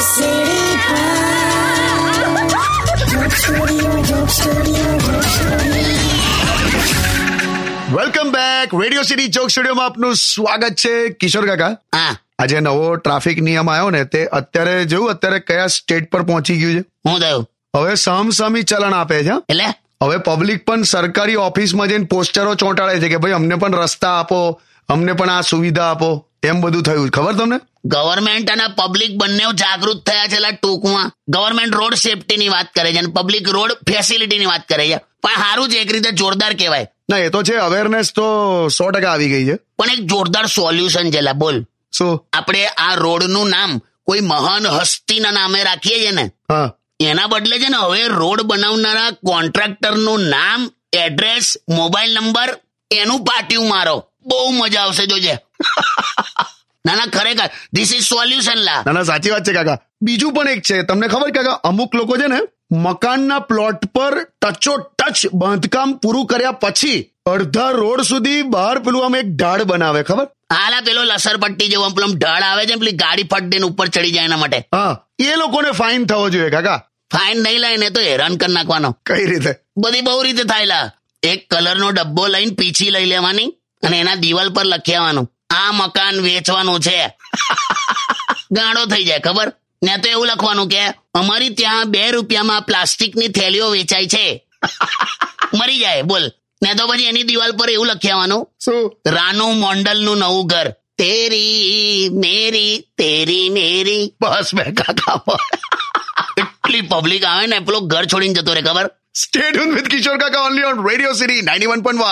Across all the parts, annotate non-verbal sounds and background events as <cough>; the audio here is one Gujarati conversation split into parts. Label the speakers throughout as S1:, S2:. S1: સીડી
S2: વેલકમ બેક રેડિયો સિટી ચોક સ્ટુડિયોમાં આપનું સ્વાગત છે કિશોર કાકા
S3: હા
S2: આજે નવો ટ્રાફિક નિયમ આવ્યો ને તે અત્યારે જેવું અત્યારે કયા સ્ટેટ પર પહોંચી ગયું છે
S3: હું થયું
S2: હવે સામસામી ચલણ આપે છે હા.
S3: એટલે
S2: હવે પબ્લિક પણ સરકારી ઓફિસમાં જઈને પોસ્ટરો ચોંટાડે છે કે ભાઈ અમને પણ રસ્તા આપો અમને પણ આ સુવિધા આપો એમ બધું થયું ખબર તમને
S3: ગવર્મેન્ટ અને પબ્લિક બંને જાગૃત થયા છે એટલે ટૂંકમાં ગવર્મેન્ટ રોડ સેફટીની વાત કરે છે અને પબ્લિક રોડ ફેસિલિટીની વાત કરે છે પણ સારું છે એક રીતે જોરદાર કહેવાય
S2: ના એ તો છે અવેરનેસ તો સો ટકા આવી ગઈ છે
S3: પણ એક જોરદાર સોલ્યુશન છે લા, બોલ
S2: શું
S3: આપણે આ રોડનું નામ કોઈ મહાન હસ્તીના નામે રાખીએ છે ને
S2: હા
S3: એના બદલે છે ને હવે રોડ બનાવનારા કોન્ટ્રાક્ટરનું નામ એડ્રેસ મોબાઈલ નંબર એનું પાટિયું મારો બહુ મજા આવશે જોજે <laughs> ના ના ખરેખર ધીસ ઇઝ સોલ્યુશન લા
S2: ના ના સાચી વાત છે કાકા બીજું પણ એક છે તમને ખબર કાકા અમુક લોકો છે ને મકાનના પ્લોટ પર ટચો ટચ બાંધકામ પૂરું કર્યા પછી અડધા રોડ સુધી બહાર પેલું આમ એક ઢાળ બનાવે ખબર
S3: હાલા પેલો લસરપટ્ટી જેવો આમ પેલો આમ ઢળ આવે છે ને પેલી ગાડી ફટ દઈને ઉપર ચડી જાય એના માટે
S2: હા એ લોકોને ફાઇન થવો જોઈએ કાકા
S3: ફાઇન નહીં લઈને તો હેરાન કરી નાખવાનો
S2: કઈ રીતે
S3: બધી બહુ રીતે થાયલા એક કલરનો ડબ્બો લઈને પીછી લઈ લેવાની અને એના દિવાલ પર લખી આવવાનું આ મકાન વેચવાનું છે ગાળો થઈ જાય ખબર ને તો એવું લખવાનું કે અમારી ત્યાં બે રૂપિયામાં પ્લાસ્ટિકની થેલીઓ વેચાય છે મરી જાય બોલ ને તો પછી એની દિવાલ પર એવું લખી આવવાનું
S2: શું
S3: રાનુ મોન્ડલનું નવું ઘર તેરી મેરી તેરી મેરી બસ બે કાકા બસ. એટલી પબ્લિક આવે ને પેલો ઘર છોડીને જતો રે ખબર
S2: સ્ટેટ વિથ કિશોર કાકા only on radio city ninety one point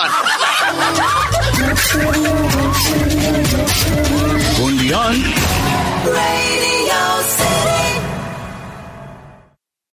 S2: one
S1: Radio